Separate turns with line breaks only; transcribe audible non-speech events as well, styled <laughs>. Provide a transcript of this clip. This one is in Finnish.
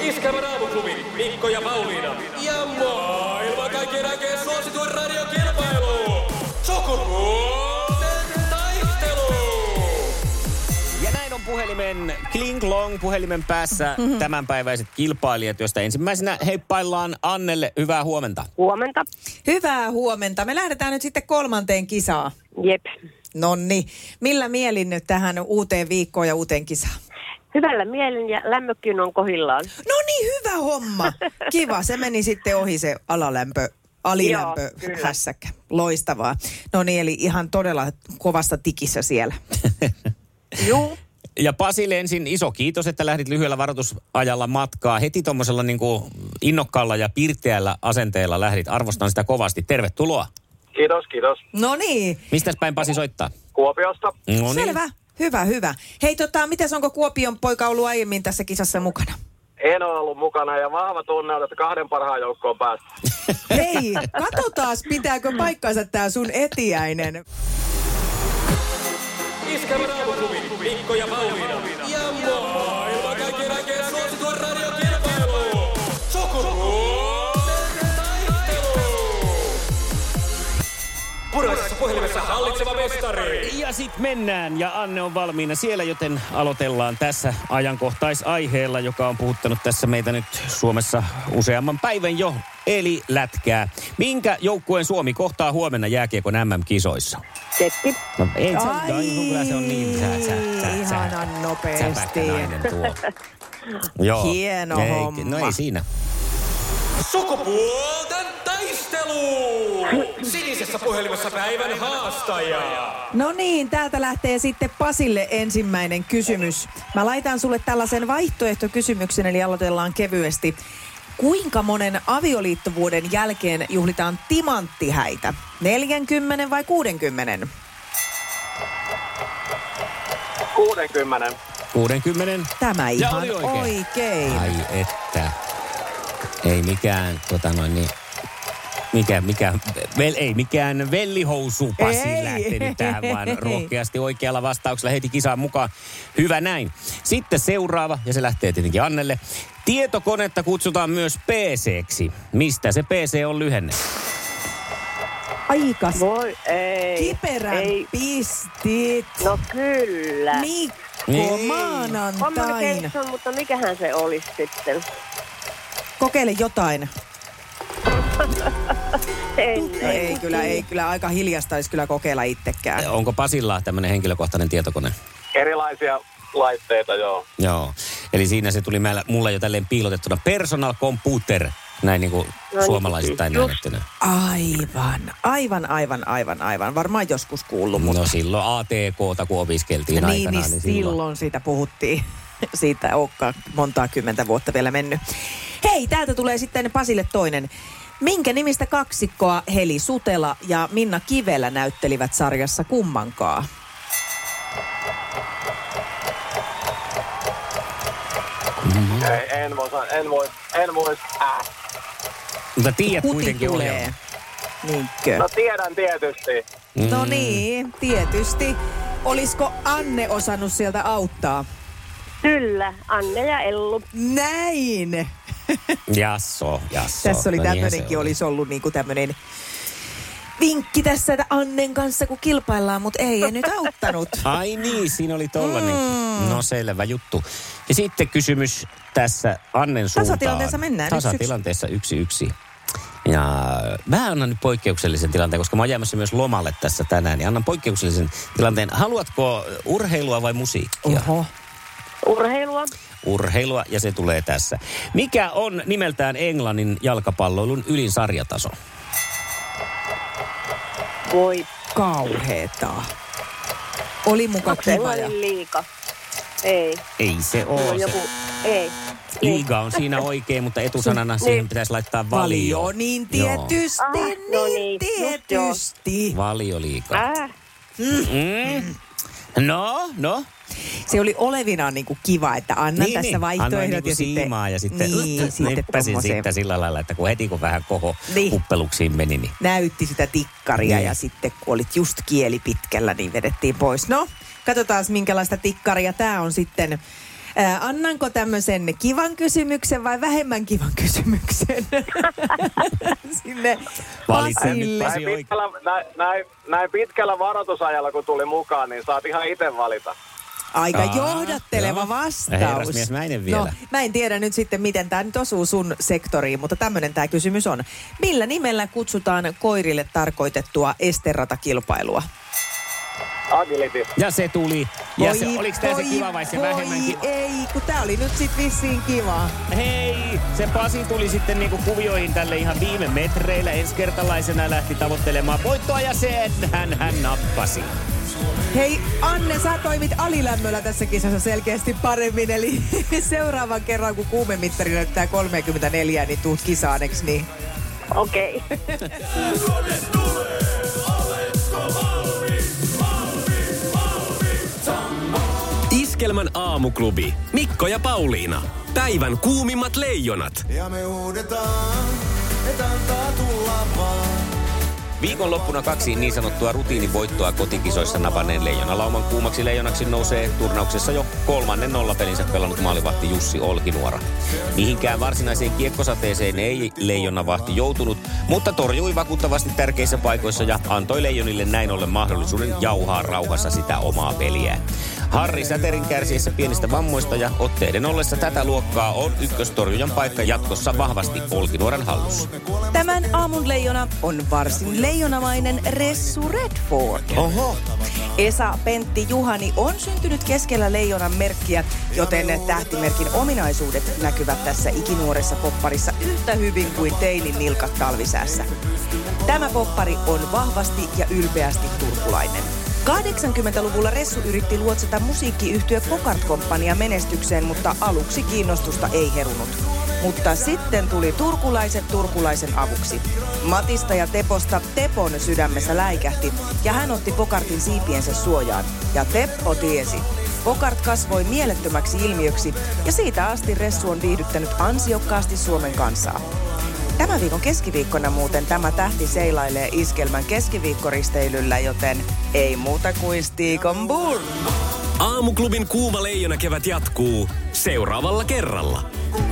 Iskävän aamuklubi, Mikko ja Pauliina. Ja maailman kaikkien aikeen suosituen radiokilpailu. Sukupuolten taistelu.
Ja näin on puhelimen Kling Long puhelimen päässä tämänpäiväiset kilpailijat, joista ensimmäisenä heippaillaan Annelle. Hyvää huomenta.
Huomenta.
Hyvää huomenta. Me lähdetään nyt sitten kolmanteen kisaan.
Jep.
Nonni, millä mielin nyt tähän uuteen viikkoon ja uuteen kisaan?
Hyvällä mielen ja lämmökin on kohillaan.
No niin, hyvä homma. Kiva, se meni sitten ohi se alalämpö, alilämpö
Joo, kyllä.
hässäkkä. Loistavaa. No niin, eli ihan todella kovassa tikissä siellä.
<laughs> Juu.
Ja Pasille ensin iso kiitos, että lähdit lyhyellä varoitusajalla matkaa. Heti tuommoisella niin innokkaalla ja pirteällä asenteella lähdit. Arvostan sitä kovasti. Tervetuloa.
Kiitos, kiitos.
No niin,
Mistä päin Pasi soittaa?
Kuopiosta.
No niin.
selvä. Hyvä, hyvä. Hei, tota, mitäs onko Kuopion poika ollut aiemmin tässä kisassa mukana?
<laughs>
En ole ollut mukana ja vahva tunne on, että kahden parhaan joukkoon päästä.
<laughs>
Hei, katsotaas pitääkö paikkansa tämä sun etiäinen.
Iskävän aamuklubi, Mikko ja Pauliina. Ja maailman kaikkien aikeen suosituen radiokilpailu. Sukupuolten taistelu. Punaisessa puhelimessa hallitseva mestari.
Ja sit mennään ja Anne on valmiina siellä, joten aloitellaan tässä ajankohtaisaiheella, joka on puhuttanut tässä meitä nyt Suomessa useamman päivän jo, eli lätkää. Minkä joukkueen Suomi kohtaa huomenna jääkiekon MM-kisoissa?
Teppi.
No ei se, Ai, kyllä se on niin sä, sä, sä, sä,
Ihanan nopeasti.
säpähkänainen tuo.
<laughs>
Joo.
Hieno
ei,
homma.
No ei siinä.
Sukupuolten taistelu! Sinisessä puhelimessa päivän haastaja.
No niin, täältä lähtee sitten Pasille ensimmäinen kysymys. Mä laitan sulle tällaisen vaihtoehtokysymyksen, eli aloitellaan kevyesti. Kuinka monen avioliittovuoden jälkeen juhlitaan timanttihäitä? 40 vai 60?
60.
60.
Tämä
Ja
ihan
oli oikein.
oikein.
Ai että. Ei mikään, tota noin niin, mikä, mikä, vel, ei mikään vellihousu Pasi
Ei.
lähtenyt tähän, vaan
<laughs> Ei.
rohkeasti oikealla vastauksella heti kisaan mukaan. Hyvä näin. Sitten seuraava, ja se lähtee tietenkin Annelle. Tietokonetta kutsutaan myös PC-ksi. Mistä se PC on lyhenne?
Aika
Voi ei.
kiperän
Ei.
pistit.
No kyllä.
Mikko,
Niin.
maanantaina.
Communication, mutta mikähän se olisi sitten?
Kokeile jotain.
En.
No ei kyllä, ei kyllä. Aika hiljasta olisi kyllä kokeilla itsekään.
Onko Pasilla tämmöinen henkilökohtainen tietokone?
Erilaisia laitteita, joo.
Joo. Eli siinä se tuli meillä, mulla jo tälleen piilotettuna personal computer, näin niin kuin
No niin,
suomalaisittain
just.
näytettynä.
Aivan, aivan, aivan, aivan, aivan. Varmaan joskus kuullut, mutta
No silloin ATKta, kun opiskeltiin
niin,
aikanaan,
niin silloin siitä puhuttiin. <laughs> Siitä onkaan montaa kymmentä vuotta vielä mennyt. Hei, täältä tulee sitten Pasille toinen. Minkä nimistä kaksikkoa Heli Sutela ja Minna Kivelä näyttelivät sarjassa kummankaa?
Ei, en voi, sa- en voi, en voi. Äh.
Mutta tiedät
Kuti
kuitenkin
tulee.
ohjelma.
Niinkö?
No tiedän tietysti.
No niin, tietysti. Olisiko Anne osannut sieltä auttaa?
Kyllä, Anne ja Ellu.
Näin! <laughs>
Jasso, jasso.
Tässä oli
No niinhän se
tämmöinenkin,
oli.
olisi ollut niinku tämmöinen vinkki tässä että Annen kanssa, kun kilpaillaan, mutta ei, ei nyt
<laughs>
auttanut.
Ai niin, siinä oli tollanen.
Mm.
No selvä juttu. Ja sitten kysymys tässä Annen suuntaan.
Tasatilanteessa mennään, yksi
Tasatilanteessa yksi yksi. Ja mä annan nyt poikkeuksellisen tilanteen, koska mä oon jäämässä myös lomalle tässä tänään. Niin annan poikkeuksellisen tilanteen. Haluatko urheilua vai musiikkia?
Oho.
Urheilua.
Urheilua, ja se tulee tässä. Mikä on nimeltään Englannin jalkapalloilun ylin sarjataso?
Voi.
Kauheeta. Oli muka
Onko se
kiva. Ja...
liika? Ei.
Ei se
No
ole.
joku.
Se
Ei.
liiga on siinä oikein, mutta etusanana siihen pitäisi laittaa valio.
Niin. Valio, niin tietysti,
Aha,
niin,
no niin, just joo.
tietysti.
Joo. Valioliiga.
Äh.
Mm. No, no.
Se oli olevinaan niinku kiva, että annan
niin,
tässä
niin. Annoin
vaihtoehdot
niinku
ja sitten...
siimaa ja sitten,
niin, sitten
nyppäsin
tommoseen
siitä sillä lailla, että kun heti kun vähän koho niin.
Niin.
kuppeluksiin meni, niin
näytti sitä tikkaria
Niin.
ja sitten kun olit just kieli pitkällä, niin vedettiin pois. No, katsotaan minkälaista tikkaria tämä on sitten.
Ää, Äh, annanko tämmöisen kivan kysymyksen vai vähemmän kivan <laughs> kysymyksen?
<laughs>
Sinne
Valitse nyt
Pasille.
Pasi.
Näin
Asia
pitkällä, näin, näin, näin pitkällä varoitusajalla, kun tuli mukaan, niin saat ihan itse valita.
Aika
Aa,
johdatteleva
joo.
vastaus.
Herrasmies, mä en vielä.
No, mä en tiedä nyt sitten, miten tämä nyt osuu sun sektoriin, mutta tämmöinen tämä kysymys on. Millä nimellä kutsutaan koirille tarkoitettua esteratakilpailua?
Agility.
Ja se tuli. Ja se, oliks tää se
voi,
kiva vai se
voi,
vähemmän kiva?
ei, kun tää oli nyt sit vissiin kivaa.
Hei, se Pasi tuli sitten niinku kuvioihin tälle ihan viime metreillä. Ensikertalaisena lähti tavoittelemaan voittoa ja sen hän, hän nappasi.
Hei Anne, sä toimit alilämmöllä tässä kisassa selkeästi paremmin,
<laughs>
eli seuraavan kerran kun kuumemittari näyttää 34, niin tuut kisaaneksi, niin
Okei. Okay.
Iskelmän aamuklubi. Mikko ja Pauliina. Päivän kuumimmat leijonat.
Ja me huudetaan, et antaa tulla vaan.
Viikonloppuna kaksi niin sanottua rutiinivoittoa kotikisoissa napanneen leijonalauman kuumaksi leijonaksi nousee turnauksessa jo kolmannen nollapelinsä pelannut maalivahti Jussi Olkinuora. Mihinkään varsinaiseen kiekkosateeseen ei leijonavahti joutunut, mutta torjui vakuuttavasti tärkeissä paikoissa ja antoi leijonille näin ollen mahdollisuuden jauhaa rauhassa sitä omaa peliään. Harri Säterin kärsiessä pienistä vammoista ja otteiden ollessa tätä luokkaa on ykköstorjujan paikka jatkossa vahvasti Olkinuoran hallussa.
Tämän aamun leijona on varsin leijonamainen Ressu Redford.
Oho!
Esa Pentti Juhani on syntynyt keskellä leijonan merkkiä, joten tähtimerkin ominaisuudet näkyvät tässä ikinuoressa popparissa yhtä hyvin kuin teinin nilkat talvisäässä. Tämä poppari on vahvasti ja ylpeästi turkulainen. 80-luvulla Ressu yritti luotsata musiikkiyhtiö Kokart Compania menestykseen, mutta aluksi kiinnostusta ei herunut. Mutta sitten tuli turkulaiset turkulaisen avuksi. Matista ja Teposta Tepon sydämessä läikähti ja hän otti Pokartin siipiensä suojaan. Ja Teppo tiesi. Pokart kasvoi mielettömäksi ilmiöksi ja siitä asti Ressu on viihdyttänyt ansiokkaasti Suomen kansaa. Tämän viikon keskiviikkona muuten tämä tähti seilailee iskelmän keskiviikkoristeilyllä, joten ei muuta kuin Stiikon Bull.
Aamuklubin kuuma leijona kevät jatkuu seuraavalla kerralla.